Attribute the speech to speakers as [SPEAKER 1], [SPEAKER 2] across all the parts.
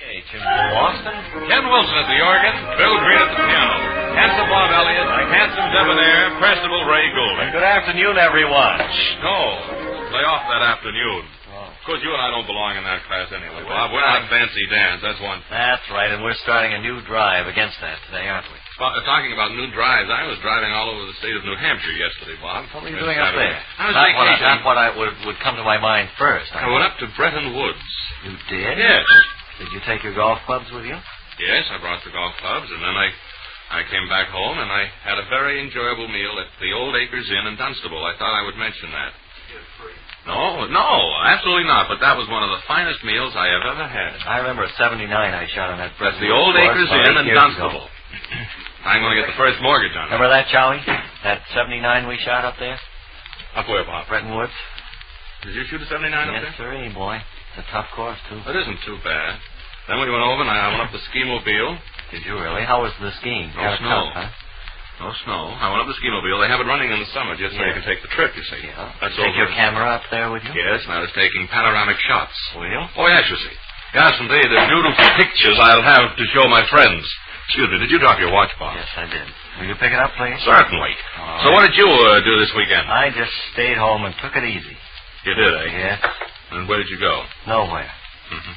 [SPEAKER 1] Hey, Jim Austin? Ken Wilson at the organ, Bill Green at the piano, handsome Bob Elliott, handsome debonair, Percival Ray Goulding.
[SPEAKER 2] Good afternoon, everyone.
[SPEAKER 1] No, lay off that afternoon. Of course, you and I don't belong in that class anyway, Bob. We're not fancy dance, that's one thing.
[SPEAKER 2] That's right, and we're starting a new drive against that today, aren't we?
[SPEAKER 1] Sp- uh, Talking about new drives, I was driving all over the state of New Hampshire yesterday, Bob.
[SPEAKER 2] What are
[SPEAKER 1] Miss
[SPEAKER 2] you doing up
[SPEAKER 1] Saturday.
[SPEAKER 2] there?
[SPEAKER 1] I
[SPEAKER 2] not what,
[SPEAKER 1] was
[SPEAKER 2] I,
[SPEAKER 1] vacationing.
[SPEAKER 2] not what I would, would come to my mind first.
[SPEAKER 1] I went up to Bretton Woods.
[SPEAKER 2] You did?
[SPEAKER 1] Yes.
[SPEAKER 2] Did you take your golf clubs with you?
[SPEAKER 1] Yes, I brought the golf clubs, and then I, I came back home, and I had a very enjoyable meal at the Old Acres Inn in Dunstable. I thought I would mention that. No, no, absolutely not. But that was one of the finest meals I have ever had.
[SPEAKER 2] I remember at 79 I shot on that
[SPEAKER 1] That's
[SPEAKER 2] Bretton
[SPEAKER 1] the
[SPEAKER 2] Woods
[SPEAKER 1] Old
[SPEAKER 2] course
[SPEAKER 1] Acres
[SPEAKER 2] about
[SPEAKER 1] Inn
[SPEAKER 2] eight
[SPEAKER 1] in
[SPEAKER 2] years
[SPEAKER 1] Dunstable.
[SPEAKER 2] ago.
[SPEAKER 1] I'm going to get the first mortgage on it.
[SPEAKER 2] Remember that, Charlie? That 79 we shot up there?
[SPEAKER 1] Up where, Bob?
[SPEAKER 2] Bretton Woods?
[SPEAKER 1] Did you shoot a 79 up
[SPEAKER 2] yes,
[SPEAKER 1] there?
[SPEAKER 2] sir, boy. It's a tough course, too.
[SPEAKER 1] That isn't too bad. Then we went over, and I went up the ski mobile.
[SPEAKER 2] Did you really? How was the skiing?
[SPEAKER 1] No
[SPEAKER 2] Got a
[SPEAKER 1] Oh, snow.
[SPEAKER 2] cup, huh?
[SPEAKER 1] No snow. I went up the ski mobile. They have it running in the summer just so you
[SPEAKER 2] Yeah.
[SPEAKER 1] can take the trip, you see.
[SPEAKER 2] Yeah.
[SPEAKER 1] That's
[SPEAKER 2] Take
[SPEAKER 1] over
[SPEAKER 2] your
[SPEAKER 1] in-
[SPEAKER 2] camera up there with you?
[SPEAKER 1] Yes, and I was taking panoramic shots.
[SPEAKER 2] Will you?
[SPEAKER 1] Oh, yes, you see. Yes, and they, the beautiful pictures I'll have to show my friends. Excuse me, did you drop your watch, Bob?
[SPEAKER 2] Yes, I did. Will you pick it up, please?
[SPEAKER 1] Certainly.
[SPEAKER 2] All
[SPEAKER 1] so what did you uh, do this weekend?
[SPEAKER 2] I just stayed home and took it easy.
[SPEAKER 1] you did, eh?
[SPEAKER 2] Yeah?
[SPEAKER 1] And where did you go?
[SPEAKER 2] Nowhere.
[SPEAKER 1] Mm-hmm.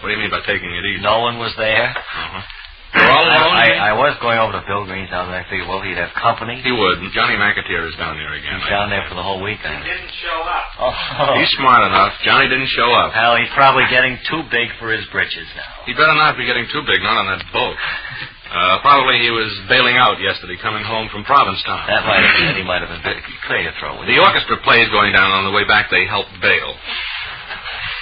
[SPEAKER 1] What do you mean by taking it easy?
[SPEAKER 2] No one was there.
[SPEAKER 1] Uh-huh. You're all alone?
[SPEAKER 2] I,
[SPEAKER 1] you mean?
[SPEAKER 2] I, I was going over to Bill Green's house, and I figured, well, he'd have company.
[SPEAKER 1] He would. And Johnny McAteer is down there again.
[SPEAKER 2] He's down there for the whole weekend.
[SPEAKER 3] Didn't show up.
[SPEAKER 2] Oh,
[SPEAKER 1] He's smart enough. Johnny didn't show up.
[SPEAKER 2] well, he's probably getting too big for his britches now.
[SPEAKER 1] He better not be getting too big, not on that boat. Uh, probably he was bailing out yesterday, coming home from Provincetown.
[SPEAKER 2] That might have been, he might have been big. Clear your throat, will
[SPEAKER 1] The
[SPEAKER 2] you?
[SPEAKER 1] orchestra plays going down on the way back. They helped bail.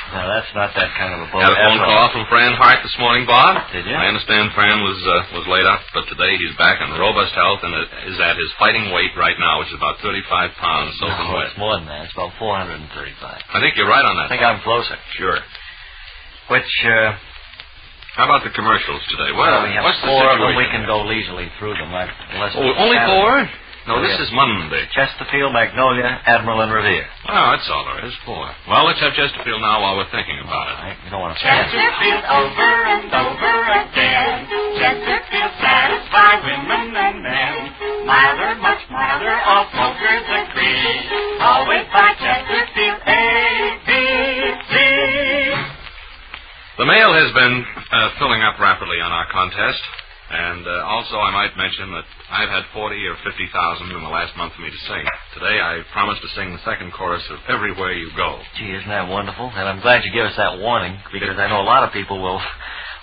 [SPEAKER 2] No, that's not that kind of a boat.
[SPEAKER 1] Had a
[SPEAKER 2] at
[SPEAKER 1] phone
[SPEAKER 2] all.
[SPEAKER 1] call from Fran Hart this morning, Bob.
[SPEAKER 2] Oh, Did you?
[SPEAKER 1] I understand Fran was uh, was laid up, but today he's back in robust health and is at his fighting weight right now, which is about 35 pounds soaking
[SPEAKER 2] No,
[SPEAKER 1] wet.
[SPEAKER 2] it's more than that. It's about 435.
[SPEAKER 1] I think you're right on
[SPEAKER 2] I
[SPEAKER 1] that.
[SPEAKER 2] think I'm closer.
[SPEAKER 1] Sure.
[SPEAKER 2] Which, uh,
[SPEAKER 1] How about the commercials today? What,
[SPEAKER 2] well, we have
[SPEAKER 1] what's
[SPEAKER 2] four of
[SPEAKER 1] the
[SPEAKER 2] them. We can
[SPEAKER 1] situation?
[SPEAKER 2] go leisurely through them. Like less
[SPEAKER 1] Oh,
[SPEAKER 2] than
[SPEAKER 1] only
[SPEAKER 2] Saturday.
[SPEAKER 1] four? No,
[SPEAKER 2] Oh,
[SPEAKER 1] this
[SPEAKER 2] yeah.
[SPEAKER 1] is Monday.
[SPEAKER 2] Chesterfield, Magnolia, Admiral, and Revere.
[SPEAKER 1] Oh, that's all there is. Four. Well, let's have Chesterfield now while we're thinking about it.
[SPEAKER 2] All right, you don't want to
[SPEAKER 4] Chesterfield over and over again. Chesterfield satisfy women and men. Milder, much milder, all smokers agree. Always by Chesterfield A, B, C.
[SPEAKER 1] The mail has been uh, filling up rapidly on our contest, and uh, also I might mention that I've had forty or fifty thousand in the last month for me to sing. Today I promised to sing the second chorus of "Everywhere You Go."
[SPEAKER 2] Gee, isn't that wonderful? And I'm glad you gave us that warning because I know a lot of people will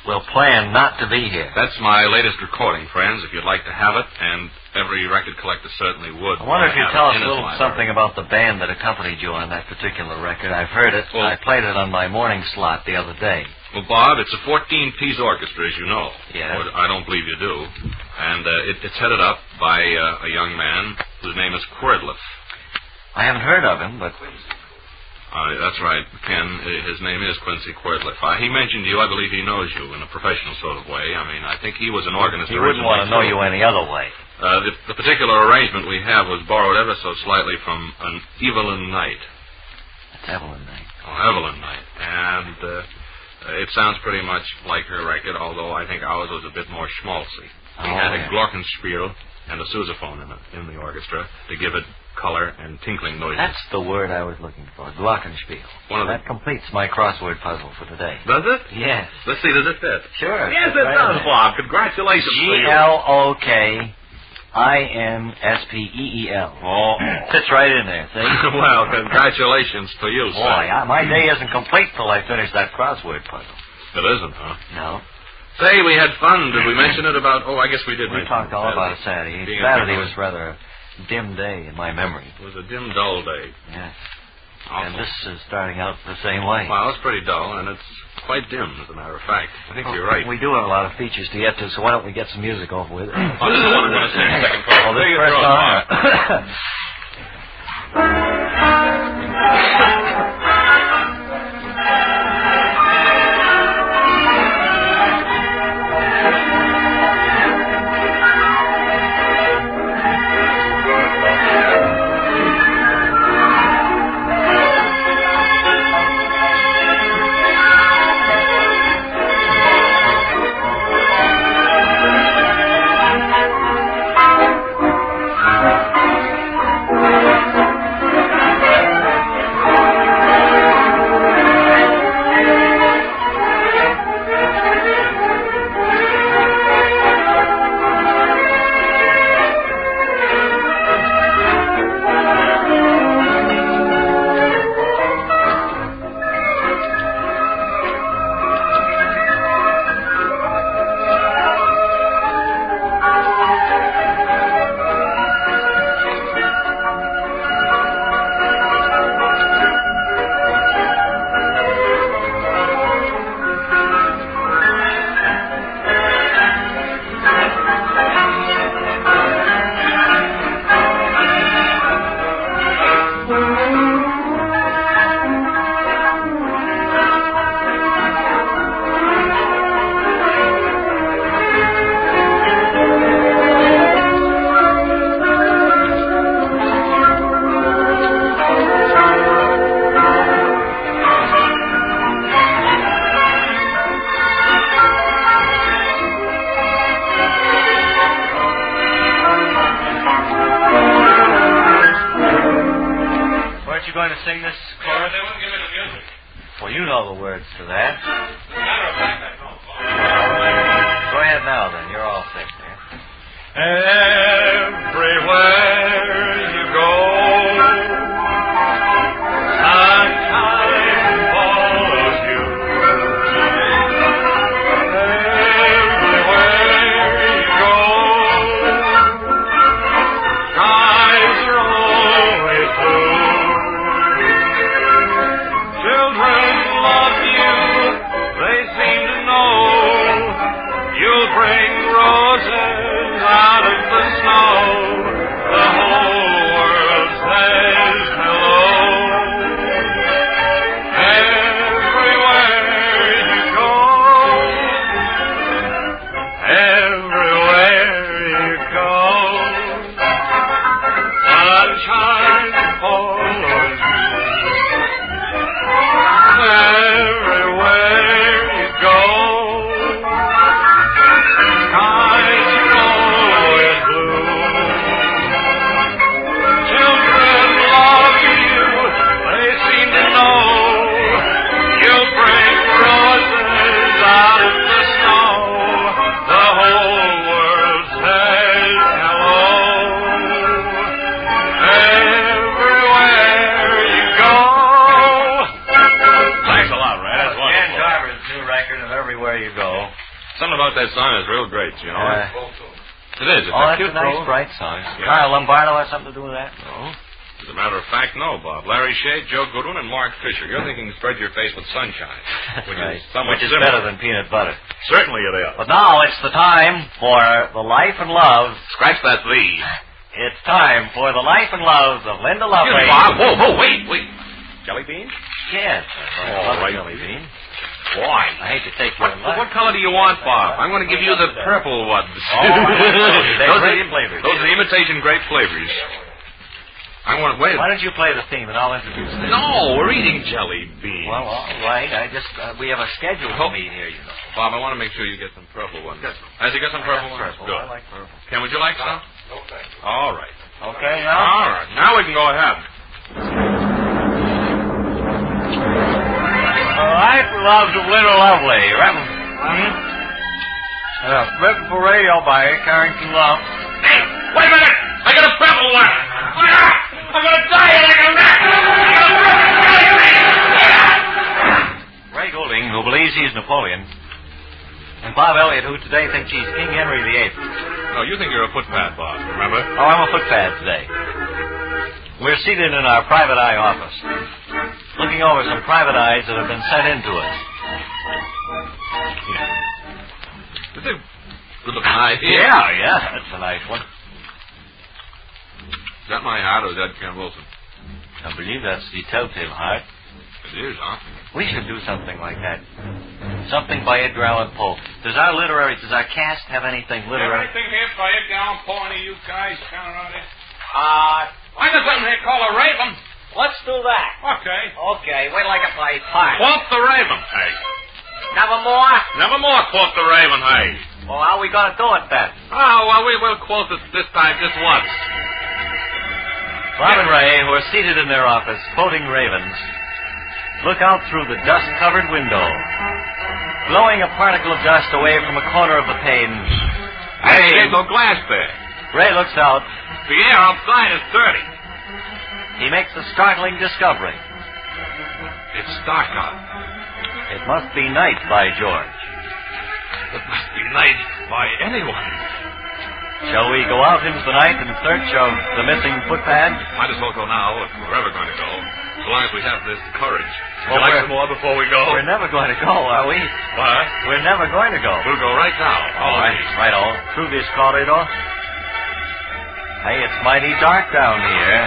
[SPEAKER 2] will plan not to be here.
[SPEAKER 1] That's my latest recording, friends. If you'd like to have it, and every record collector certainly would.
[SPEAKER 2] I wonder if
[SPEAKER 1] wanna
[SPEAKER 2] you'd
[SPEAKER 1] have
[SPEAKER 2] tell
[SPEAKER 1] it
[SPEAKER 2] us
[SPEAKER 1] in
[SPEAKER 2] a
[SPEAKER 1] his
[SPEAKER 2] little
[SPEAKER 1] library.
[SPEAKER 2] something about the band that accompanied you on that particular record. I've heard it.
[SPEAKER 1] Well-
[SPEAKER 2] I played it on my morning slot the other day.
[SPEAKER 1] Well, Bob, it's a 14-piece orchestra, as you know.
[SPEAKER 2] Yeah.
[SPEAKER 1] Or I don't believe you do. And uh, it, it's headed up by uh, a young man whose name is Querdliff.
[SPEAKER 2] I haven't heard of him, but
[SPEAKER 1] Uh, that's right, Ken. Uh, His name is Quincy Querdliff. Uh, he mentioned you. I believe he knows you in a professional sort of way. I mean, I think he was an organist.
[SPEAKER 2] he wouldn't want to know you
[SPEAKER 1] originally,
[SPEAKER 2] any other way.
[SPEAKER 1] too. Uh, the, the particular arrangement we have was borrowed ever so slightly from an Evelyn Knight.
[SPEAKER 2] It's Evelyn Knight.
[SPEAKER 1] Oh, Evelyn Knight. And uh, it sounds pretty much like her record, although I think ours was a bit more schmaltzy. We
[SPEAKER 2] Oh,
[SPEAKER 1] had a
[SPEAKER 2] yeah.
[SPEAKER 1] glockenspiel and a sousaphone in, it, in the orchestra to give it color and tinkling noises.
[SPEAKER 2] That's the word I was looking for. Glockenspiel.
[SPEAKER 1] One of the-
[SPEAKER 2] that completes my crossword puzzle for today.
[SPEAKER 1] Does it?
[SPEAKER 2] Yes.
[SPEAKER 1] Let's see, does it fit?
[SPEAKER 2] Sure.
[SPEAKER 1] Yes,
[SPEAKER 2] it's
[SPEAKER 1] it
[SPEAKER 2] right
[SPEAKER 1] does,
[SPEAKER 2] in there.
[SPEAKER 1] Bob. Congratulations to
[SPEAKER 2] G
[SPEAKER 1] you.
[SPEAKER 2] L O K I N S P E E L.
[SPEAKER 1] Oh.
[SPEAKER 2] Fits right in there, see?
[SPEAKER 1] well, congratulations to you,
[SPEAKER 2] Boy,
[SPEAKER 1] sir.
[SPEAKER 2] I, my day isn't complete till I finish that crossword puzzle.
[SPEAKER 1] It isn't, huh?
[SPEAKER 2] No.
[SPEAKER 1] Say, we had fun. Did we mention it about... Oh, I guess we did
[SPEAKER 2] We
[SPEAKER 1] mention
[SPEAKER 2] talked
[SPEAKER 1] it.
[SPEAKER 2] all about it
[SPEAKER 1] Saturday.
[SPEAKER 2] Saturday.
[SPEAKER 1] Being a
[SPEAKER 2] Saturday
[SPEAKER 1] pickle.
[SPEAKER 2] was rather a dim day in my memory.
[SPEAKER 1] It was a dim, dull day.
[SPEAKER 2] Yes.
[SPEAKER 1] Awful.
[SPEAKER 2] And this is starting out the same way.
[SPEAKER 1] Well, it's pretty dull, and it's quite dim, as a matter of fact. I think you're right.
[SPEAKER 2] We do have a lot of features to get to, so why don't we get some music over with?
[SPEAKER 1] Oh, this is what I'm gonna say. Second part.
[SPEAKER 2] Well, this
[SPEAKER 1] Take it
[SPEAKER 2] first
[SPEAKER 1] through,
[SPEAKER 2] song-
[SPEAKER 4] Thank you.
[SPEAKER 2] Well, you know the words to that.
[SPEAKER 1] Matter of fact, I don't, Bob.
[SPEAKER 2] Go ahead now, then. You're all set there.
[SPEAKER 1] Everywhere you go, sunshine follows you. Everywhere you go, skies are always blue. Children love you, they seem to know. You'll bring roses out of the snow. The whole world says hello. Everywhere you go, everywhere you go, sunshine follows you. Everywhere you go, Skies are always blue. Children love you, they seem to know. You bring roses out of the snow. The whole world says hello. Everywhere you go. Thanks a lot, Red. That's
[SPEAKER 2] Dan
[SPEAKER 1] wonderful.
[SPEAKER 2] Jarvis' new record of Everywhere You Go.
[SPEAKER 1] Something about that song is real great, you know.
[SPEAKER 2] Uh,
[SPEAKER 1] it is. It's
[SPEAKER 2] oh,
[SPEAKER 1] a
[SPEAKER 2] that's
[SPEAKER 1] cute
[SPEAKER 2] a nice,
[SPEAKER 1] little-
[SPEAKER 2] bright song.
[SPEAKER 1] Yeah.
[SPEAKER 2] Carl Lombardo has something to do with that?
[SPEAKER 1] No. As a matter of fact, no, Bob. Larry Shea, Joe Goodwin, and Mark Fisher. You're thinking spread your face with sunshine, which
[SPEAKER 2] Right.
[SPEAKER 1] is somewhat
[SPEAKER 2] Which is
[SPEAKER 1] similar.
[SPEAKER 2] better than peanut butter.
[SPEAKER 1] Certainly it is.
[SPEAKER 2] But now it's the time for the life and love.
[SPEAKER 1] Scratch that lead.
[SPEAKER 2] It's time for the life and loves of Linda
[SPEAKER 1] Excuse
[SPEAKER 2] Lovelace.
[SPEAKER 1] me, Bob. Oh, Whoa, whoa, wait, wait. Jelly bean?
[SPEAKER 2] Yes. I
[SPEAKER 1] All
[SPEAKER 2] love
[SPEAKER 1] right.
[SPEAKER 2] jelly bean.
[SPEAKER 1] Why?
[SPEAKER 2] I hate to take your
[SPEAKER 1] What,
[SPEAKER 2] life.
[SPEAKER 1] what color do you want, Bob? I'm going to give you the purple ones.
[SPEAKER 2] Oh, I know. They're
[SPEAKER 1] those,
[SPEAKER 2] great
[SPEAKER 1] are,
[SPEAKER 2] flavors.
[SPEAKER 1] those are the imitation grape flavors. I want to wait.
[SPEAKER 2] Why don't you play the theme and I'll introduce it?
[SPEAKER 1] No, we're eating jelly beans.
[SPEAKER 2] Well, all right. I just uh, we have a schedule to
[SPEAKER 1] Oh.
[SPEAKER 2] meet here, you know.
[SPEAKER 1] Bob, I want to make sure you get some purple ones. Has he got some purple
[SPEAKER 2] I
[SPEAKER 1] ones?
[SPEAKER 2] got purple.
[SPEAKER 1] Good.
[SPEAKER 2] I like purple.
[SPEAKER 1] Ken, would you like some? All right.
[SPEAKER 2] Okay, now.
[SPEAKER 1] All right. Now we can go ahead.
[SPEAKER 2] The life and loves of Linda Lovely. Written, hmm? uh, written for radio by Carrington Love.
[SPEAKER 1] Hey, wait a minute. I got a purple one. I'm going to die like a
[SPEAKER 2] Ray Goulding, who believes he's Napoleon, and Bob Elliott, who today thinks he's King Henry VIII.
[SPEAKER 1] No, Oh, you think you're a footpad, Bob, remember?
[SPEAKER 2] Oh, I'm a footpad today. We're seated in our private eye office, looking over some private eyes that have been sent in to us.
[SPEAKER 1] That's a good looking eye.
[SPEAKER 2] Yeah, yeah, that's a nice one.
[SPEAKER 1] Is that my hat or is that Ken Wilson?
[SPEAKER 2] I believe that's the telltale heart.
[SPEAKER 1] It is, huh?
[SPEAKER 2] We should do something like that. Something by Edgar Allan Poe. Does our literary, does our cast have anything literary?
[SPEAKER 1] Everything here by it down, pointing you guys down on it. Uh, why does something they call a raven?
[SPEAKER 2] Let's do that.
[SPEAKER 1] Okay.
[SPEAKER 2] Okay, wait like a play part.
[SPEAKER 1] Quote the raven, hey.
[SPEAKER 2] Never more?
[SPEAKER 1] Nevermore quote the raven, hey.
[SPEAKER 2] Well, how are we going to do it then?
[SPEAKER 1] Oh, well, we will quote it this time just once.
[SPEAKER 2] Bob and Ray, who are seated in their office quoting ravens, look out through the dust covered window. Blowing a particle of dust away from a corner of the pane,
[SPEAKER 1] Hey, there's no glass there.
[SPEAKER 2] Ray looks out.
[SPEAKER 1] The air outside is dirty.
[SPEAKER 2] He makes a startling discovery.
[SPEAKER 1] It's dark out.
[SPEAKER 2] It must be night by George.
[SPEAKER 1] It must be night by anyone.
[SPEAKER 2] Shall we go out into the night in search of the missing footpad?
[SPEAKER 1] Might as well go now if we're ever going to go. So long as we have this courage.
[SPEAKER 2] Well,
[SPEAKER 1] you like
[SPEAKER 2] we're-
[SPEAKER 1] some more before we go?
[SPEAKER 2] We're never going to go, are we?
[SPEAKER 1] What?
[SPEAKER 2] We're never going to go.
[SPEAKER 1] We'll go right now.
[SPEAKER 2] All right, right on. Through this corridor. Hey, it's mighty dark down here.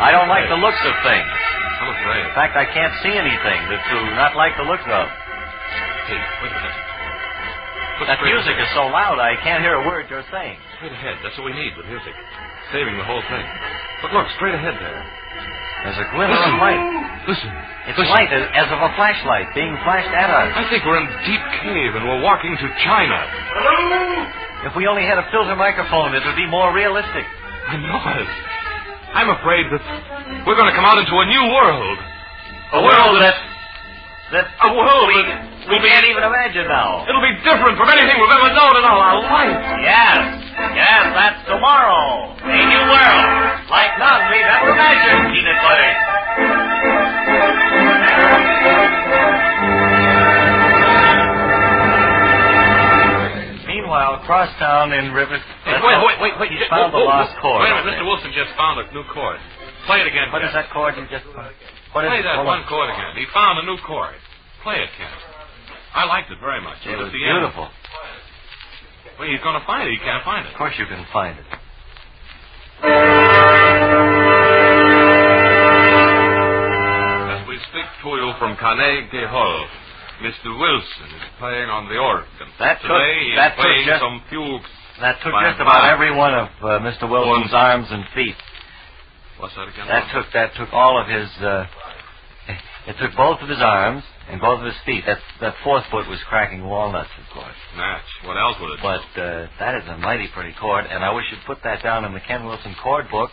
[SPEAKER 2] I don't like the looks of things.
[SPEAKER 1] I'm afraid.
[SPEAKER 2] In fact, I can't see anything that to not like the looks of.
[SPEAKER 1] Hey, wait a minute. Look
[SPEAKER 2] That
[SPEAKER 1] straight
[SPEAKER 2] music
[SPEAKER 1] ahead.
[SPEAKER 2] is so loud I can't hear a word you're saying.
[SPEAKER 1] Straight ahead. That's what we need, the music. Saving the whole thing. But look, straight ahead there.
[SPEAKER 2] There's a glimmer of light.
[SPEAKER 1] Listen.
[SPEAKER 2] It's
[SPEAKER 1] Listen.
[SPEAKER 2] light as, as of a flashlight being flashed at us.
[SPEAKER 1] I think we're in a deep cave and we're walking to China.
[SPEAKER 2] If we only had a filter microphone, it would be more realistic.
[SPEAKER 1] I know it. I'm afraid that we're going to come out into a new world.
[SPEAKER 2] A world that that
[SPEAKER 1] Oh, well,
[SPEAKER 2] we, we
[SPEAKER 1] but-
[SPEAKER 2] can't even imagine now.
[SPEAKER 1] It'll be different from anything we've ever known in all our life.
[SPEAKER 2] Yes, yes, that's tomorrow. A new world, like none we've ever imagined, peanut butter. Meanwhile, across town in Rivet.
[SPEAKER 1] Wait, wait, wait, wait.
[SPEAKER 2] He's found the lost chord.
[SPEAKER 1] Wait a minute, Mr. Wilson just found a new chord. Play it again,
[SPEAKER 2] What
[SPEAKER 1] Ken.
[SPEAKER 2] is that chord you just? What is
[SPEAKER 1] Play
[SPEAKER 2] it?
[SPEAKER 1] that
[SPEAKER 2] Hold
[SPEAKER 1] one
[SPEAKER 2] on.
[SPEAKER 1] chord again. He found a new chord. Play it, Ken. I liked it very much.
[SPEAKER 2] It
[SPEAKER 1] was
[SPEAKER 2] was
[SPEAKER 1] at the end.
[SPEAKER 2] beautiful.
[SPEAKER 1] Well, he's going to find it. He can't find it.
[SPEAKER 2] Of course you can find it.
[SPEAKER 1] As we speak to you from Carnegie Hall, Mr. Wilson is playing on the organ.
[SPEAKER 2] That took-
[SPEAKER 1] Today he is
[SPEAKER 2] that took
[SPEAKER 1] playing
[SPEAKER 2] just-
[SPEAKER 1] some fugues.
[SPEAKER 2] That took
[SPEAKER 1] Fine,
[SPEAKER 2] just about
[SPEAKER 1] fine.
[SPEAKER 2] every one of uh, Mr. Wilson's
[SPEAKER 1] One.
[SPEAKER 2] arms and feet.
[SPEAKER 1] What's that again?
[SPEAKER 2] That took that took all of his. Uh, it took both of his arms and both of his feet. That that fourth foot was cracking walnuts, of course.
[SPEAKER 1] match. What else would it
[SPEAKER 2] But uh, that is a mighty pretty chord, and I wish you'd put that down in the Ken Wilson chord book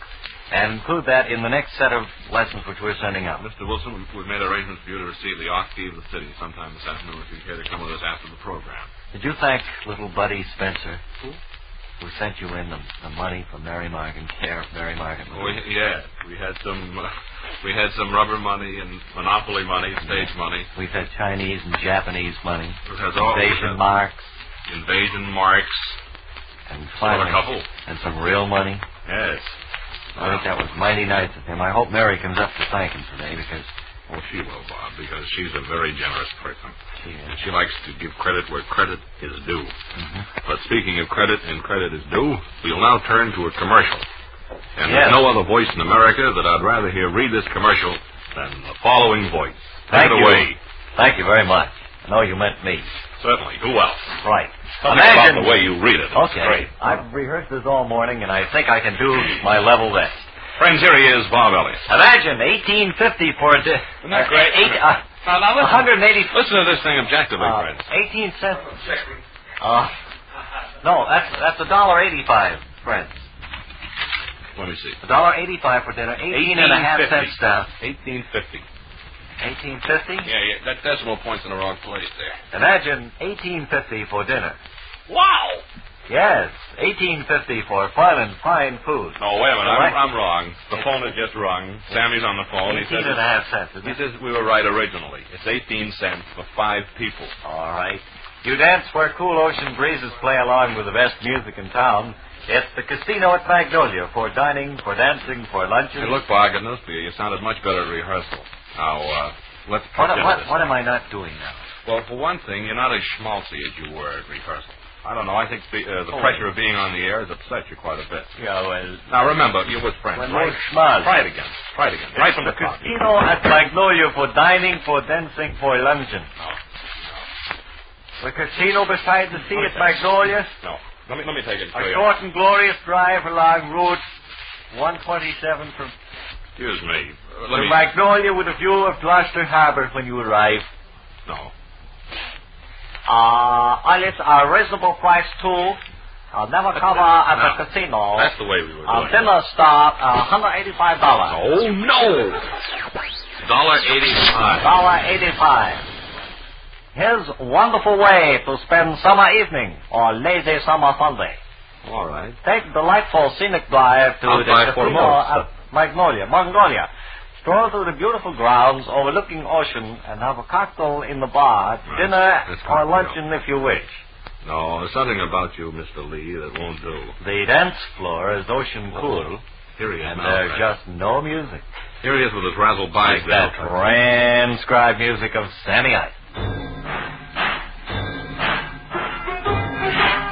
[SPEAKER 2] and include that in the next set of lessons which we're sending out.
[SPEAKER 1] Mr. Wilson, we- we've made arrangements for you to receive the Octave of the City sometime this afternoon if you care to come with us after the program.
[SPEAKER 2] Did you thank little Buddy Spencer? Who sent you in the, the money for Mary Margan care of Mary Margan?
[SPEAKER 1] We, Oh, yeah, we had some, uh, we had some rubber money and monopoly money, stage money.
[SPEAKER 2] We've had Chinese and Japanese money,
[SPEAKER 1] It has all
[SPEAKER 2] invasion marks,
[SPEAKER 1] invasion marks.
[SPEAKER 2] and
[SPEAKER 1] Well, a
[SPEAKER 2] finally,
[SPEAKER 1] couple.
[SPEAKER 2] and some real money.
[SPEAKER 1] Yes.
[SPEAKER 2] I think that was mighty nice of him. I hope Mary comes up to thank him today because
[SPEAKER 1] Oh, she will, Bob, because she's a very generous person.
[SPEAKER 2] she is. Mm-hmm.
[SPEAKER 1] And she likes to give credit where credit is due. But speaking of credit and credit is due, we'll now turn to a commercial. And
[SPEAKER 2] Yes.
[SPEAKER 1] there's no other voice in America that I'd rather hear read this commercial than the following voice.
[SPEAKER 2] Thank
[SPEAKER 1] Take it
[SPEAKER 2] you.
[SPEAKER 1] away.
[SPEAKER 2] Thank you very much. I know you meant me.
[SPEAKER 1] Certainly. Who else?
[SPEAKER 2] Right.
[SPEAKER 1] Something about the way you read it. It's
[SPEAKER 2] Okay.
[SPEAKER 1] Great.
[SPEAKER 2] I've rehearsed this all morning, and I think I can do my level best.
[SPEAKER 1] Friends, here he is, Bob Ellis.
[SPEAKER 2] Imagine 1850 for a di-
[SPEAKER 1] Isn't that great?
[SPEAKER 2] Eight, uh,
[SPEAKER 1] Now, now
[SPEAKER 2] 180.
[SPEAKER 1] listen to this thing objectively,
[SPEAKER 2] Uh,
[SPEAKER 1] friends.
[SPEAKER 2] 18 cents. Uh, no, that's that's a dollar 85, friends.
[SPEAKER 1] Let me see.
[SPEAKER 2] A dollar 85 for dinner. 18 and a half
[SPEAKER 1] 18.50.
[SPEAKER 2] cents down.
[SPEAKER 1] 1850.
[SPEAKER 2] 1850.
[SPEAKER 1] Yeah, yeah, that decimal point's in the wrong place there.
[SPEAKER 2] Imagine 1850 for dinner.
[SPEAKER 1] Wow!
[SPEAKER 2] Yes, 1850 for fun and fine food.
[SPEAKER 1] No, wait a minute.
[SPEAKER 2] Correct.
[SPEAKER 1] I'm, I'm wrong. The phone has just rung. Sammy's on the phone. He
[SPEAKER 2] 18
[SPEAKER 1] says,
[SPEAKER 2] and a half cents. isn't
[SPEAKER 1] he
[SPEAKER 2] it?
[SPEAKER 1] says we were right originally. It's 18 cents for five people.
[SPEAKER 2] All right. You dance where cool ocean breezes play along with the best music in town. It's the casino at Magnolia for dining, for dancing, for luncheon.
[SPEAKER 1] Hey, look, Bob, I got news for you. You sounded much better at rehearsal. Now, uh, let's
[SPEAKER 2] what,
[SPEAKER 1] consider
[SPEAKER 2] what,
[SPEAKER 1] this.
[SPEAKER 2] what am I not doing now?
[SPEAKER 1] Well, for one thing, you're not as schmaltzy as you were at rehearsal. I don't know. I think the, uh, the
[SPEAKER 2] Oh.
[SPEAKER 1] pressure of being on the air has upset you quite a bit.
[SPEAKER 2] Yeah, well,
[SPEAKER 1] Now, remember, you're with friends,
[SPEAKER 2] when
[SPEAKER 1] right?
[SPEAKER 2] most schmaz.
[SPEAKER 1] Try it again. Try it again. Right from the top.
[SPEAKER 2] Casino at Magnolia for dining, for dancing, for luncheon. The casino beside the sea
[SPEAKER 1] Let me
[SPEAKER 2] at
[SPEAKER 1] take-
[SPEAKER 2] Magnolia.
[SPEAKER 1] No. Let me, let me take
[SPEAKER 2] A
[SPEAKER 1] it. to you.
[SPEAKER 2] short and glorious drive along Route 127 from
[SPEAKER 1] Excuse me. Uh, Let
[SPEAKER 2] to
[SPEAKER 1] me...
[SPEAKER 2] Magnolia with a view of Gloucester Harbor when you arrive.
[SPEAKER 1] No.
[SPEAKER 2] Uh, unless a reasonable price too. Uh, never cover at
[SPEAKER 1] No.
[SPEAKER 2] the casino.
[SPEAKER 1] That's the way we were
[SPEAKER 2] Uh,
[SPEAKER 1] doing it.
[SPEAKER 2] dinner start uh, hundred eighty-five dollars.
[SPEAKER 1] Oh no! Dollar eighty-five.
[SPEAKER 2] Dollar eighty-five. Here's a wonderful way to spend summer evening or lazy summer Sunday.
[SPEAKER 1] All right.
[SPEAKER 2] Take delightful scenic drive to
[SPEAKER 1] I'll
[SPEAKER 2] the
[SPEAKER 1] buy four
[SPEAKER 2] casino
[SPEAKER 1] more,
[SPEAKER 2] at Magnolia, Mongolia. Stroll through the beautiful grounds overlooking ocean and have a cocktail in the bar,
[SPEAKER 1] Right.
[SPEAKER 2] dinner
[SPEAKER 1] That's
[SPEAKER 2] or
[SPEAKER 1] not real.
[SPEAKER 2] luncheon if you wish.
[SPEAKER 1] No, there's something about you, Mr. Lee, that won't do.
[SPEAKER 2] The dance floor is ocean cool,
[SPEAKER 1] Here he is
[SPEAKER 2] and
[SPEAKER 1] now,
[SPEAKER 2] there's
[SPEAKER 1] Fred.
[SPEAKER 2] just no music.
[SPEAKER 1] Here he is with his razzle bag.
[SPEAKER 2] like that transcribed music of Sammy Ice.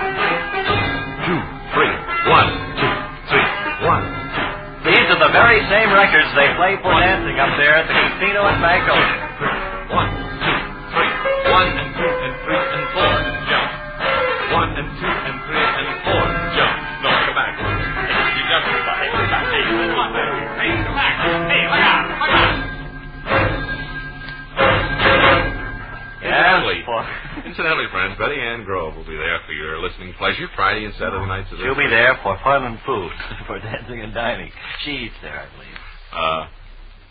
[SPEAKER 1] Two, three, one, two, three, one.
[SPEAKER 2] These are the very same records they play for dancing up there at the casino in Magnolia.
[SPEAKER 1] One, two, three, one and two and three and four, jump. One and two and three and four, jump. No, go back. You just go back. Hey, go back. Hey, come on, hey, go back. Hey, look out, look out.
[SPEAKER 2] Yes,
[SPEAKER 1] Incidentally,
[SPEAKER 2] for-
[SPEAKER 1] incidentally, friends, Betty Ann Grove will be there for your listening pleasure Friday and Saturday nights. of this-
[SPEAKER 2] She'll be there for fun and food, for dancing and dining. She eats there, I believe,
[SPEAKER 1] Uh,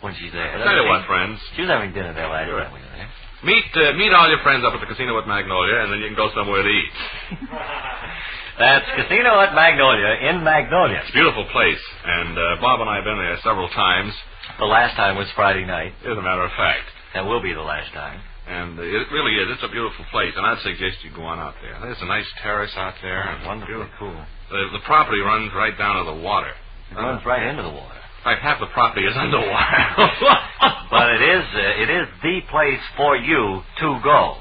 [SPEAKER 2] when she's there.
[SPEAKER 1] tell you
[SPEAKER 2] doesn't
[SPEAKER 1] what,
[SPEAKER 2] she?
[SPEAKER 1] friends,
[SPEAKER 2] She was having dinner there last
[SPEAKER 1] Sure.
[SPEAKER 2] time we were there.
[SPEAKER 1] Meet uh, meet all your friends up at the casino at Magnolia, and then you can go somewhere to eat.
[SPEAKER 2] That's Casino at Magnolia in Magnolia.
[SPEAKER 1] It's a beautiful place, and uh, Bob and I have been there several times,
[SPEAKER 2] The last time was Friday night.
[SPEAKER 1] as a matter of fact.
[SPEAKER 2] That will be the last time.
[SPEAKER 1] And uh, it really is. It's a beautiful place, and I'd suggest you go on out there. There's a nice terrace out there. and
[SPEAKER 2] Wonderful.
[SPEAKER 1] beautiful-
[SPEAKER 2] Cool.
[SPEAKER 1] The, the property runs right down to the water. Uh,
[SPEAKER 2] It
[SPEAKER 1] Uh-huh.
[SPEAKER 2] runs right into the water.
[SPEAKER 1] In fact, half the property is underwater.
[SPEAKER 2] But it is uh, it is the place for you to go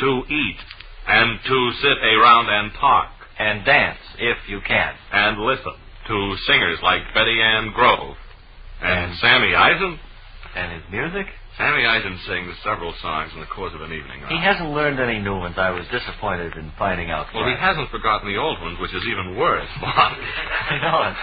[SPEAKER 1] to eat and to sit around and talk
[SPEAKER 2] and dance if you can.
[SPEAKER 1] and listen to singers like Betty Ann Grove and
[SPEAKER 2] And-
[SPEAKER 1] Sammy Eisen.
[SPEAKER 2] And his music?
[SPEAKER 1] Sammy Eisen sings several songs in the course of an evening.
[SPEAKER 2] He hasn't learned any new ones. I was disappointed in finding out.
[SPEAKER 1] Well,
[SPEAKER 2] why.
[SPEAKER 1] he hasn't forgotten the old ones, which is even worse, Bob.
[SPEAKER 2] I know it.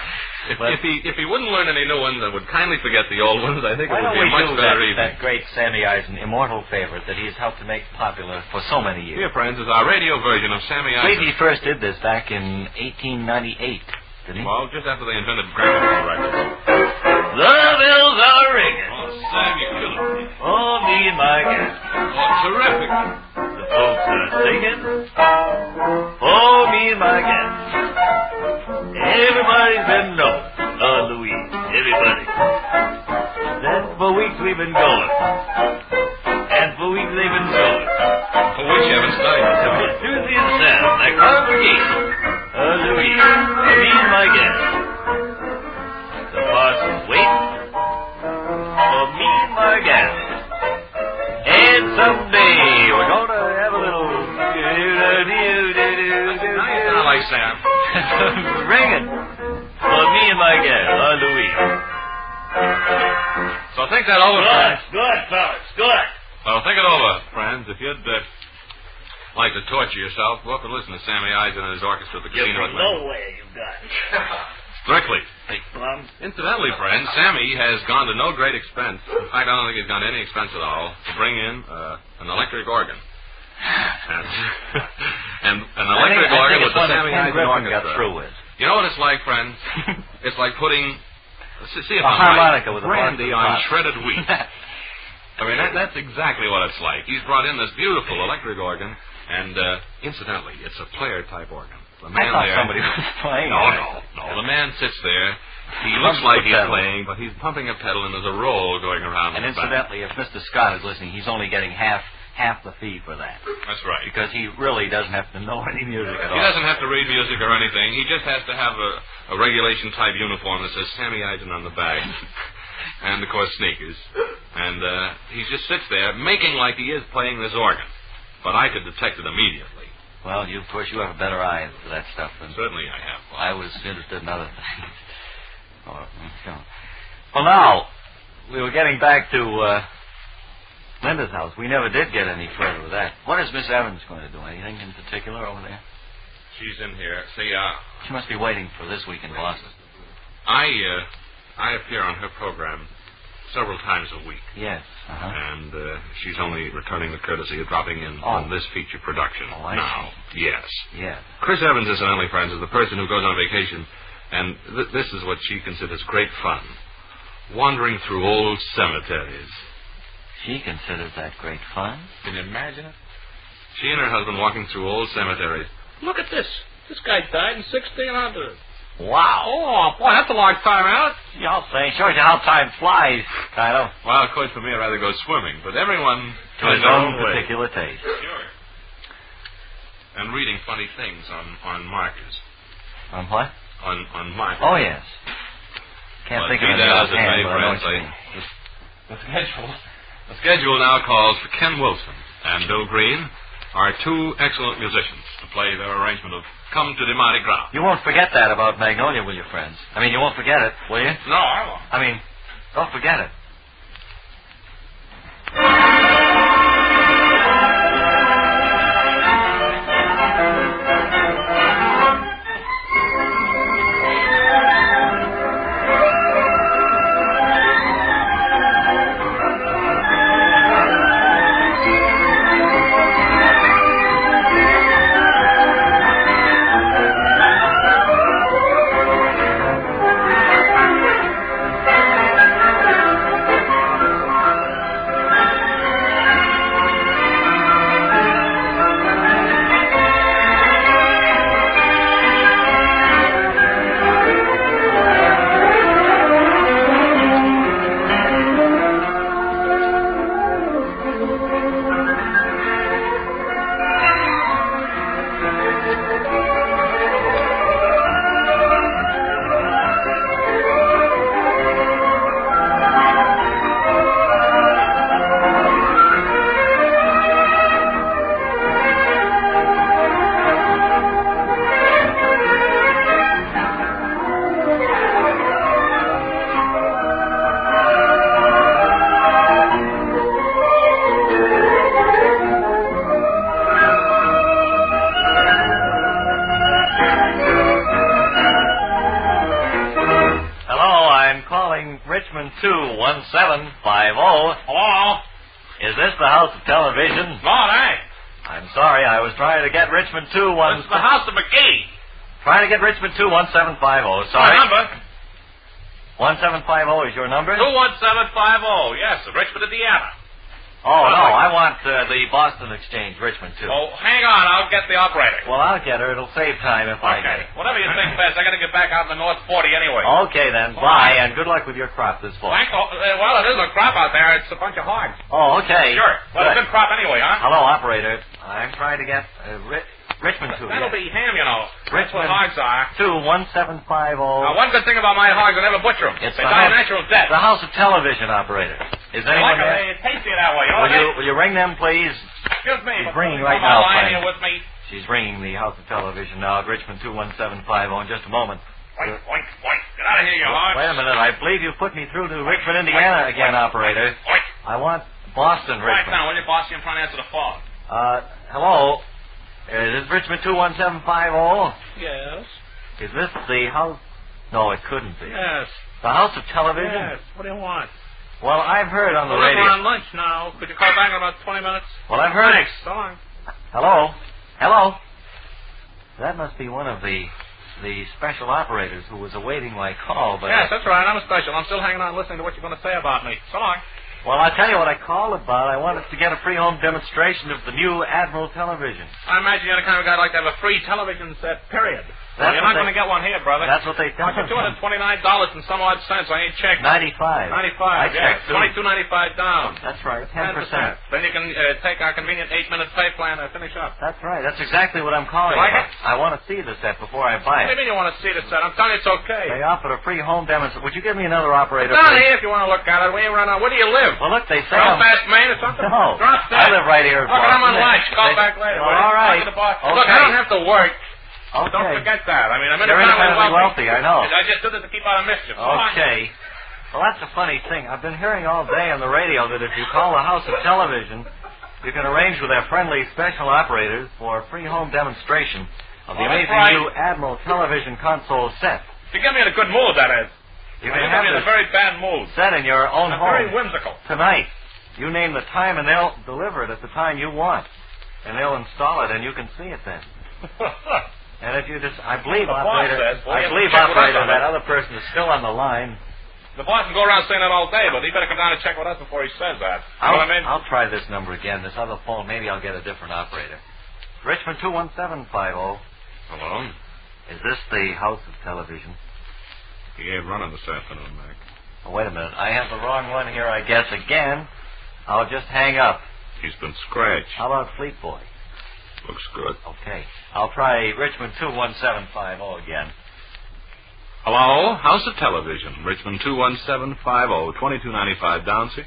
[SPEAKER 1] If,
[SPEAKER 2] But-
[SPEAKER 1] if he if he wouldn't learn any new ones and would kindly forget the old ones, I think it
[SPEAKER 2] Why
[SPEAKER 1] would
[SPEAKER 2] don't
[SPEAKER 1] be a
[SPEAKER 2] we
[SPEAKER 1] much
[SPEAKER 2] do
[SPEAKER 1] better
[SPEAKER 2] that,
[SPEAKER 1] evening.
[SPEAKER 2] that great Sammy Eisen immortal favorite that he's helped to make popular for so many
[SPEAKER 1] Here,
[SPEAKER 2] years?
[SPEAKER 1] friends, is our radio version of Sammy
[SPEAKER 2] I believe
[SPEAKER 1] Eisen.
[SPEAKER 2] he first did this back in 1898, didn't he?
[SPEAKER 1] Well, just after they invented gramophone records.
[SPEAKER 2] the bells are ringing.
[SPEAKER 1] Oh, Sam, you killed it.
[SPEAKER 2] Oh, me and my gal.
[SPEAKER 1] Oh, terrific.
[SPEAKER 2] The folks are singing. Oh, me and my gal. Everybody's been known. Oh, Louise, everybody. That's for weeks we've been going. And for weeks they've been going.
[SPEAKER 1] For which you haven't
[SPEAKER 2] From
[SPEAKER 1] started.
[SPEAKER 2] Susie and Sam, the congregation. Oh, Louise, for me and my gal. The parson's waiting. For me and my gal. And someday we're going to have a little.
[SPEAKER 1] Now you sound like Sam.
[SPEAKER 2] Ringing. For me and my gal, oh, Louise.
[SPEAKER 1] So think that over, friends.
[SPEAKER 2] good, fellas, good.
[SPEAKER 1] Well, think it over, friends. If you'd uh, like to torture yourself, go up and listen to Sammy Eisen and his orchestra at the casino. at Lambeau.
[SPEAKER 2] way you got.
[SPEAKER 1] Strictly.
[SPEAKER 2] Plum.
[SPEAKER 1] Incidentally, friend, Sammy has gone to no great expense. In fact, I don't think he's gone to any expense at all to bring in uh, an electric organ. And, and an
[SPEAKER 2] I think,
[SPEAKER 1] electric
[SPEAKER 2] I
[SPEAKER 1] organ
[SPEAKER 2] think
[SPEAKER 1] with
[SPEAKER 2] it's
[SPEAKER 1] the
[SPEAKER 2] one that
[SPEAKER 1] Sammy
[SPEAKER 2] Ken
[SPEAKER 1] Eisen
[SPEAKER 2] Griffin got
[SPEAKER 1] orchestra.
[SPEAKER 2] through with.
[SPEAKER 1] You know what it's like, friend? it's like putting see, see if
[SPEAKER 2] A
[SPEAKER 1] I'm right,
[SPEAKER 2] harmonica with a
[SPEAKER 1] brandy
[SPEAKER 2] Boston
[SPEAKER 1] on
[SPEAKER 2] pot.
[SPEAKER 1] shredded wheat. I mean, that, that's exactly what it's like. He's brought in this beautiful electric organ, and uh, incidentally, it's a player type organ.
[SPEAKER 2] I
[SPEAKER 1] The man
[SPEAKER 2] thought
[SPEAKER 1] there,
[SPEAKER 2] somebody was playing.
[SPEAKER 1] no,
[SPEAKER 2] on it.
[SPEAKER 1] no, no. The man sits there. He
[SPEAKER 2] Pumps
[SPEAKER 1] looks like
[SPEAKER 2] the
[SPEAKER 1] he's
[SPEAKER 2] pedal.
[SPEAKER 1] playing, but he's pumping a pedal, and there's a roll going around.
[SPEAKER 2] And
[SPEAKER 1] the back.
[SPEAKER 2] incidentally, if Mr. Scott is listening, he's only getting half half the fee for that
[SPEAKER 1] That's right.
[SPEAKER 2] because he really doesn't have to know any music at all.
[SPEAKER 1] He doesn't have to read music or anything. He just has to have a, a regulation type uniform that says Sammy Eisen on the back, and of course sneakers. And uh, he just sits there making like he is playing this organ. But I could detect it immediately.
[SPEAKER 2] Well, you of course you have a better eye for that stuff than
[SPEAKER 1] Certainly, I have.
[SPEAKER 2] I was interested in other things. Or, you know. Well, now we were getting back to uh, Linda's house. We never did get any further with that. What is Miss Evans going to do? Anything in particular over there?
[SPEAKER 1] She's in here. See, uh,
[SPEAKER 2] She must be waiting for this week in Boston.
[SPEAKER 1] I uh, I appear on her program several times a week.
[SPEAKER 2] Yes. Uh-huh.
[SPEAKER 1] And uh, she's only returning the courtesy of dropping in
[SPEAKER 2] Oh.
[SPEAKER 1] on this feature production.
[SPEAKER 2] Oh, I
[SPEAKER 1] now, yes.
[SPEAKER 2] Yes.
[SPEAKER 1] Chris Evans, incidentally, friends, is the person who goes on vacation, and th- this is what she considers great fun wandering through old cemeteries.
[SPEAKER 2] She considers that great fun.
[SPEAKER 1] Can you imagine it? She and her husband walking through old cemeteries. Look at this. This guy died in 1600.
[SPEAKER 2] Wow.
[SPEAKER 1] Oh, boy, that's a long time out.
[SPEAKER 2] Y'all say, shows you how time flies, kind of.
[SPEAKER 1] Well, of course, for me, I'd rather go swimming, but everyone
[SPEAKER 2] To his own particular taste.
[SPEAKER 1] Sure. And reading funny things on, on markers.
[SPEAKER 2] On Um, what?
[SPEAKER 1] On, on markers.
[SPEAKER 2] Oh, yes. Can't
[SPEAKER 1] Well,
[SPEAKER 2] think
[SPEAKER 1] be
[SPEAKER 2] of it
[SPEAKER 1] that as it may,
[SPEAKER 2] offhand, but I know
[SPEAKER 1] friends,
[SPEAKER 2] what you
[SPEAKER 1] I-
[SPEAKER 2] mean.
[SPEAKER 1] The schedule. The schedule now calls for Ken Wilson and Bill Green, our two excellent musicians, to play their arrangement of Come to the Mardi Gras.
[SPEAKER 2] You won't forget that about Magnolia, will you, friends? I mean, you won't forget it, will you?
[SPEAKER 1] No, I won't.
[SPEAKER 2] I mean, don't forget it.
[SPEAKER 4] Thank you.
[SPEAKER 2] two one seven five zero.
[SPEAKER 1] Hello?
[SPEAKER 2] Is this the House of Television?
[SPEAKER 1] Lord, hey.
[SPEAKER 2] I'm sorry, I was trying to get Richmond two one.
[SPEAKER 1] It's the House of McGee.
[SPEAKER 2] Trying to get Richmond two one seven five zero.
[SPEAKER 1] My
[SPEAKER 2] Sorry,
[SPEAKER 1] number,
[SPEAKER 2] one seven five zero is your number.
[SPEAKER 1] 21750. oh. Yes, of Richmond, Indiana.
[SPEAKER 2] Oh no, I want uh, the Boston Exchange, Richmond two.
[SPEAKER 1] Oh, hang on. I'll get the operator.
[SPEAKER 2] Well, I'll get her. It'll save time if I get
[SPEAKER 1] Okay. Whatever you think best. I got to get back out in the North 40 anyway.
[SPEAKER 2] her. Okay then,
[SPEAKER 1] All
[SPEAKER 2] bye,
[SPEAKER 1] right.
[SPEAKER 2] and good luck with your crop this fall.
[SPEAKER 1] Thank- oh, uh, well, it is a crop out there. It's a bunch of hogs.
[SPEAKER 2] Oh, okay.
[SPEAKER 1] Sure. Well,
[SPEAKER 2] Good.
[SPEAKER 1] it's a good crop anyway, huh?
[SPEAKER 2] Hello, operator. I'm trying to get uh, Ri- Richmond two.
[SPEAKER 1] That'll
[SPEAKER 2] yes.
[SPEAKER 1] be ham, you know. That's
[SPEAKER 2] Richmond.
[SPEAKER 1] what hogs are.
[SPEAKER 2] two one seven five zero.
[SPEAKER 1] Now, one good thing about my hogs, I never butcher them.
[SPEAKER 2] It's
[SPEAKER 1] they
[SPEAKER 2] the
[SPEAKER 1] die a
[SPEAKER 2] house-
[SPEAKER 1] natural death.
[SPEAKER 2] The House of Television operator. Is anyone
[SPEAKER 1] I like 'em.
[SPEAKER 2] there?
[SPEAKER 1] They taste you that way. You know
[SPEAKER 2] Will
[SPEAKER 1] what I
[SPEAKER 2] you
[SPEAKER 1] mean?
[SPEAKER 2] will you ring them, please?
[SPEAKER 1] Excuse me.
[SPEAKER 2] He's
[SPEAKER 1] but
[SPEAKER 2] ringing
[SPEAKER 1] you
[SPEAKER 2] right
[SPEAKER 1] come
[SPEAKER 2] now,
[SPEAKER 1] on the line
[SPEAKER 2] Frank.
[SPEAKER 1] here with me.
[SPEAKER 2] She's ringing the House of Television now at Richmond two one seven five zero in just a moment.
[SPEAKER 1] Oink, oink, oink. Get out of here, you hogs.
[SPEAKER 2] Wait a minute. I believe you put me through to Richmond, Indiana again, operator.
[SPEAKER 1] Oink.
[SPEAKER 2] I want Boston,
[SPEAKER 1] Right
[SPEAKER 2] Richmond.
[SPEAKER 1] now, will you, boss? You're trying to answer the phone.
[SPEAKER 2] Uh, hello. Uh, Is this Richmond 21750?
[SPEAKER 1] Yes.
[SPEAKER 2] oh? Is this the house? No, it couldn't be.
[SPEAKER 1] Yes.
[SPEAKER 2] The House of Television?
[SPEAKER 1] What do you want?
[SPEAKER 2] Well, I've heard on the
[SPEAKER 1] Well, look,
[SPEAKER 2] radio.
[SPEAKER 1] we're on lunch now. Could you call back in about 20 minutes?
[SPEAKER 2] Well, I've heard.
[SPEAKER 1] Thanks. So long.
[SPEAKER 2] Hello? Hello? That must be one of the the special operators who was awaiting my call, but. uh,
[SPEAKER 1] Yes, that's right. I'm a special. I'm still hanging on listening to what you're going to say about me. So long.
[SPEAKER 2] Well, I'll tell you what I called about. I wanted to get a free home demonstration of the new Admiral television.
[SPEAKER 1] I imagine you're the kind of guy who'd like to have a free television set, period. well,
[SPEAKER 2] That's
[SPEAKER 1] you're not
[SPEAKER 2] what
[SPEAKER 1] going
[SPEAKER 2] they-
[SPEAKER 1] to get one here, brother.
[SPEAKER 2] That's what they
[SPEAKER 1] Cost you
[SPEAKER 2] tell me.
[SPEAKER 1] $229 and some odd cents. I ain't checked.
[SPEAKER 2] 95.
[SPEAKER 1] 95
[SPEAKER 2] I
[SPEAKER 1] yeah.
[SPEAKER 2] checked, too.
[SPEAKER 1] 22.95 down.
[SPEAKER 2] That's right, 10%.
[SPEAKER 1] 10%. Then you can uh, take our convenient eight-minute pay plan and finish up.
[SPEAKER 2] That's right. That's exactly what I'm calling
[SPEAKER 1] You like
[SPEAKER 2] about.
[SPEAKER 1] it?
[SPEAKER 2] I want to see the set before I buy it.
[SPEAKER 1] What do you mean you want to see the set? I'm telling you it's okay.
[SPEAKER 2] They offered a free home demonstration. Would you give me another operator,
[SPEAKER 1] Down
[SPEAKER 2] please?
[SPEAKER 1] here if you want to look at it. We ain't run out. Where do you live?
[SPEAKER 2] Well, look, they say I'm...
[SPEAKER 1] Belfast, Maine, or something?
[SPEAKER 2] No.
[SPEAKER 1] Drop
[SPEAKER 2] I
[SPEAKER 1] that.
[SPEAKER 2] live right here in
[SPEAKER 1] Look, I'm on
[SPEAKER 2] Boston.
[SPEAKER 1] lunch. Call
[SPEAKER 2] They-
[SPEAKER 1] back later.
[SPEAKER 2] Well,
[SPEAKER 1] will you?
[SPEAKER 2] all right.
[SPEAKER 1] Talk to the boss.
[SPEAKER 2] Okay.
[SPEAKER 1] Look, I don't have to work.
[SPEAKER 2] Okay.
[SPEAKER 1] Don't forget that. I mean, I'm
[SPEAKER 2] You're
[SPEAKER 1] independently
[SPEAKER 2] independently wealthy, I know.
[SPEAKER 1] I just did it to keep out of mischief. So long.
[SPEAKER 2] Okay. Well, that's a funny thing. I've been hearing all day on the radio that if you call the House of Television, you can arrange with their friendly special operators for a free home demonstration of the
[SPEAKER 1] Oh, that's
[SPEAKER 2] amazing
[SPEAKER 1] right.
[SPEAKER 2] new Admiral television console set.
[SPEAKER 1] You get me in a good mood, that is.
[SPEAKER 2] You
[SPEAKER 1] you
[SPEAKER 2] can
[SPEAKER 1] get
[SPEAKER 2] have
[SPEAKER 1] me in a
[SPEAKER 2] this
[SPEAKER 1] very bad mood.
[SPEAKER 2] set in your own
[SPEAKER 1] I'm
[SPEAKER 2] home.
[SPEAKER 1] very whimsical.
[SPEAKER 2] tonight. You name the time, and they'll deliver it at the time you want, and they'll install it, and you can see it then.
[SPEAKER 1] All
[SPEAKER 2] And if you just, I believe
[SPEAKER 1] The boss
[SPEAKER 2] operator,
[SPEAKER 1] says, well,
[SPEAKER 2] I
[SPEAKER 1] you
[SPEAKER 2] believe
[SPEAKER 1] check with us
[SPEAKER 2] operator,
[SPEAKER 1] on
[SPEAKER 2] that
[SPEAKER 1] it.
[SPEAKER 2] other person is still on the line.
[SPEAKER 1] the boss can go around saying that all day, but he better come down and check with us before he says that. You
[SPEAKER 2] I'll,
[SPEAKER 1] know what I mean?
[SPEAKER 2] will try this number again, this other phone. Maybe I'll get a different operator. Richmond two one seven five zero.
[SPEAKER 1] Hello?
[SPEAKER 2] Is this the House of Television?
[SPEAKER 1] He ain't running this afternoon, Mac.
[SPEAKER 2] Oh, wait a minute, I have the wrong one here. I guess again. I'll just hang up.
[SPEAKER 1] He's been scratched.
[SPEAKER 2] How about Fleet Boy?
[SPEAKER 1] Looks good.
[SPEAKER 2] Okay, I'll try Richmond two one seven five zero again.
[SPEAKER 1] Hello, House of Television, Richmond 21750, 2295 Downsy.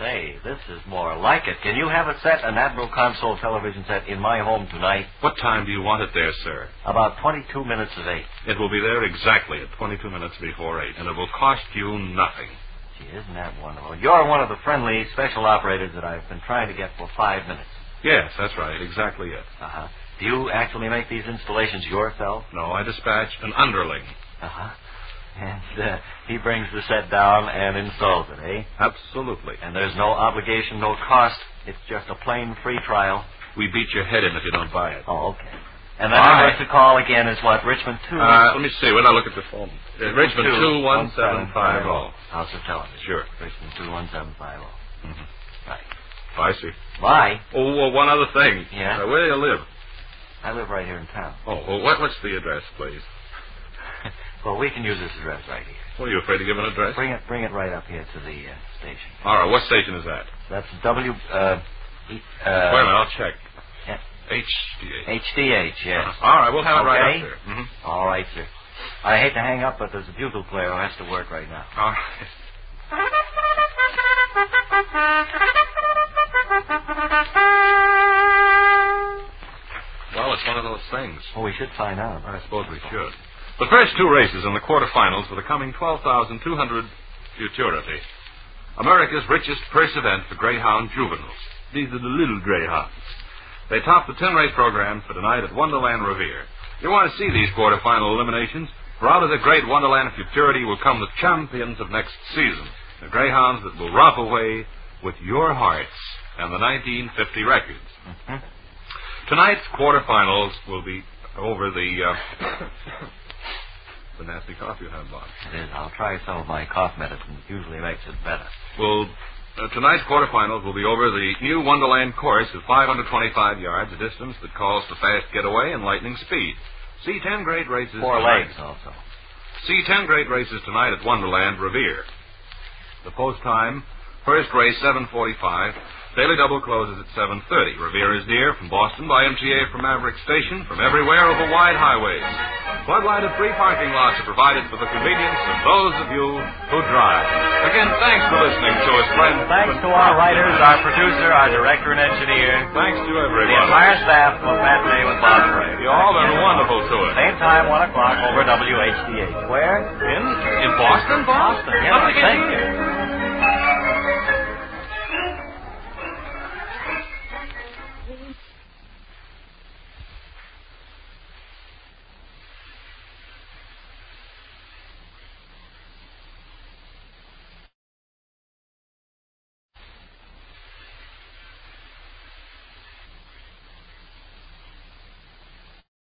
[SPEAKER 2] Say, this is more like it. Can you have a set, an Admiral console television set, in my home tonight?
[SPEAKER 1] What time do you want it there, sir?
[SPEAKER 2] About 22 minutes of 8.
[SPEAKER 1] It will be there exactly at 22 minutes before 8, and it will cost you nothing.
[SPEAKER 2] Gee, isn't that wonderful? You're one of the friendly special operators that I've been trying to get for five minutes.
[SPEAKER 1] Yes, that's right, exactly it.
[SPEAKER 2] Uh-huh. Do you actually make these installations yourself?
[SPEAKER 1] No, I dispatched an underling.
[SPEAKER 2] Uh-huh. And uh, he brings the set down and installs it, eh?
[SPEAKER 1] Absolutely.
[SPEAKER 2] And there's no obligation, no cost. It's just a plain free trial.
[SPEAKER 1] We beat your head in if you don't buy it.
[SPEAKER 2] Oh, okay. And the
[SPEAKER 1] All
[SPEAKER 2] number
[SPEAKER 1] right.
[SPEAKER 2] to call again is what, Richmond 2?
[SPEAKER 1] Uh, let me see. When I look at the phone, Uh, Richmond
[SPEAKER 2] 21750.
[SPEAKER 1] 21750.
[SPEAKER 2] House of Television.
[SPEAKER 1] oh. Sure.
[SPEAKER 2] Richmond 21750.
[SPEAKER 1] Mhm.
[SPEAKER 2] Right.
[SPEAKER 1] I see.
[SPEAKER 2] Bye.
[SPEAKER 1] Oh, well, one other thing.
[SPEAKER 2] Yeah?
[SPEAKER 1] Uh, where do you live?
[SPEAKER 2] I live right here in town.
[SPEAKER 1] Oh, well, what, what's the address, please?
[SPEAKER 2] well, we can use this address right here.
[SPEAKER 1] Well, are you afraid to give an address?
[SPEAKER 2] Bring it, bring it right up here to the uh, station.
[SPEAKER 1] All right, what station is that?
[SPEAKER 2] That's W. Uh, e- uh,
[SPEAKER 1] Wait a minute, I'll check.
[SPEAKER 2] yeah.
[SPEAKER 1] HDA.
[SPEAKER 2] HDH. Yes.
[SPEAKER 1] All right, we'll have it right
[SPEAKER 2] Okay.
[SPEAKER 1] up there. Mhm.
[SPEAKER 2] All right, sir. I hate to hang up, but there's a bugle player who has to work right now.
[SPEAKER 1] All right. Well, it's one of those things.
[SPEAKER 2] Oh, we should find out.
[SPEAKER 1] I suppose we should. The first two races in the quarterfinals for the coming 12,200 Futurity. America's richest purse event for greyhound juveniles. These are the little greyhounds. They top the 10 race program for tonight at Wonderland Revere. You want to see these quarterfinal eliminations? For out of the great Wonderland Futurity will come the champions of next season. The greyhounds that will romp away with your hearts and the 1950 records.
[SPEAKER 2] Mm-hmm.
[SPEAKER 1] Tonight's quarterfinals will be over the uh, the nasty cough you have, Bob.
[SPEAKER 2] It is. I'll try some of my cough medicine. It usually makes it better.
[SPEAKER 1] Well, uh, tonight's quarterfinals will be over the new Wonderland course of 525 yards, a distance that calls for fast getaway and lightning speed. See 10 grade races.
[SPEAKER 2] Four
[SPEAKER 1] tonight.
[SPEAKER 2] legs also.
[SPEAKER 1] See 10 grade races tonight at Wonderland Revere. The post time, first race 7:45. Daily double closes at 7:30. Revere is near from Boston by MTA from Maverick Station, from everywhere over wide highways. Floodlight of free parking lots are provided for the convenience of those of you who drive. Again, thanks for listening to us, friends.
[SPEAKER 2] Thanks to our writers, our producer, our director and engineer,
[SPEAKER 1] Thanks to
[SPEAKER 2] the
[SPEAKER 1] everyone.
[SPEAKER 2] entire staff of Matinee with Bob Frey.
[SPEAKER 1] You all been wonderful to us.
[SPEAKER 2] Same time, 1 o'clock, over WHDH. Where?
[SPEAKER 1] In in Boston, Bob?
[SPEAKER 2] Boston. Yeah,
[SPEAKER 1] Nothing
[SPEAKER 2] thank
[SPEAKER 1] in
[SPEAKER 2] you.
[SPEAKER 1] here.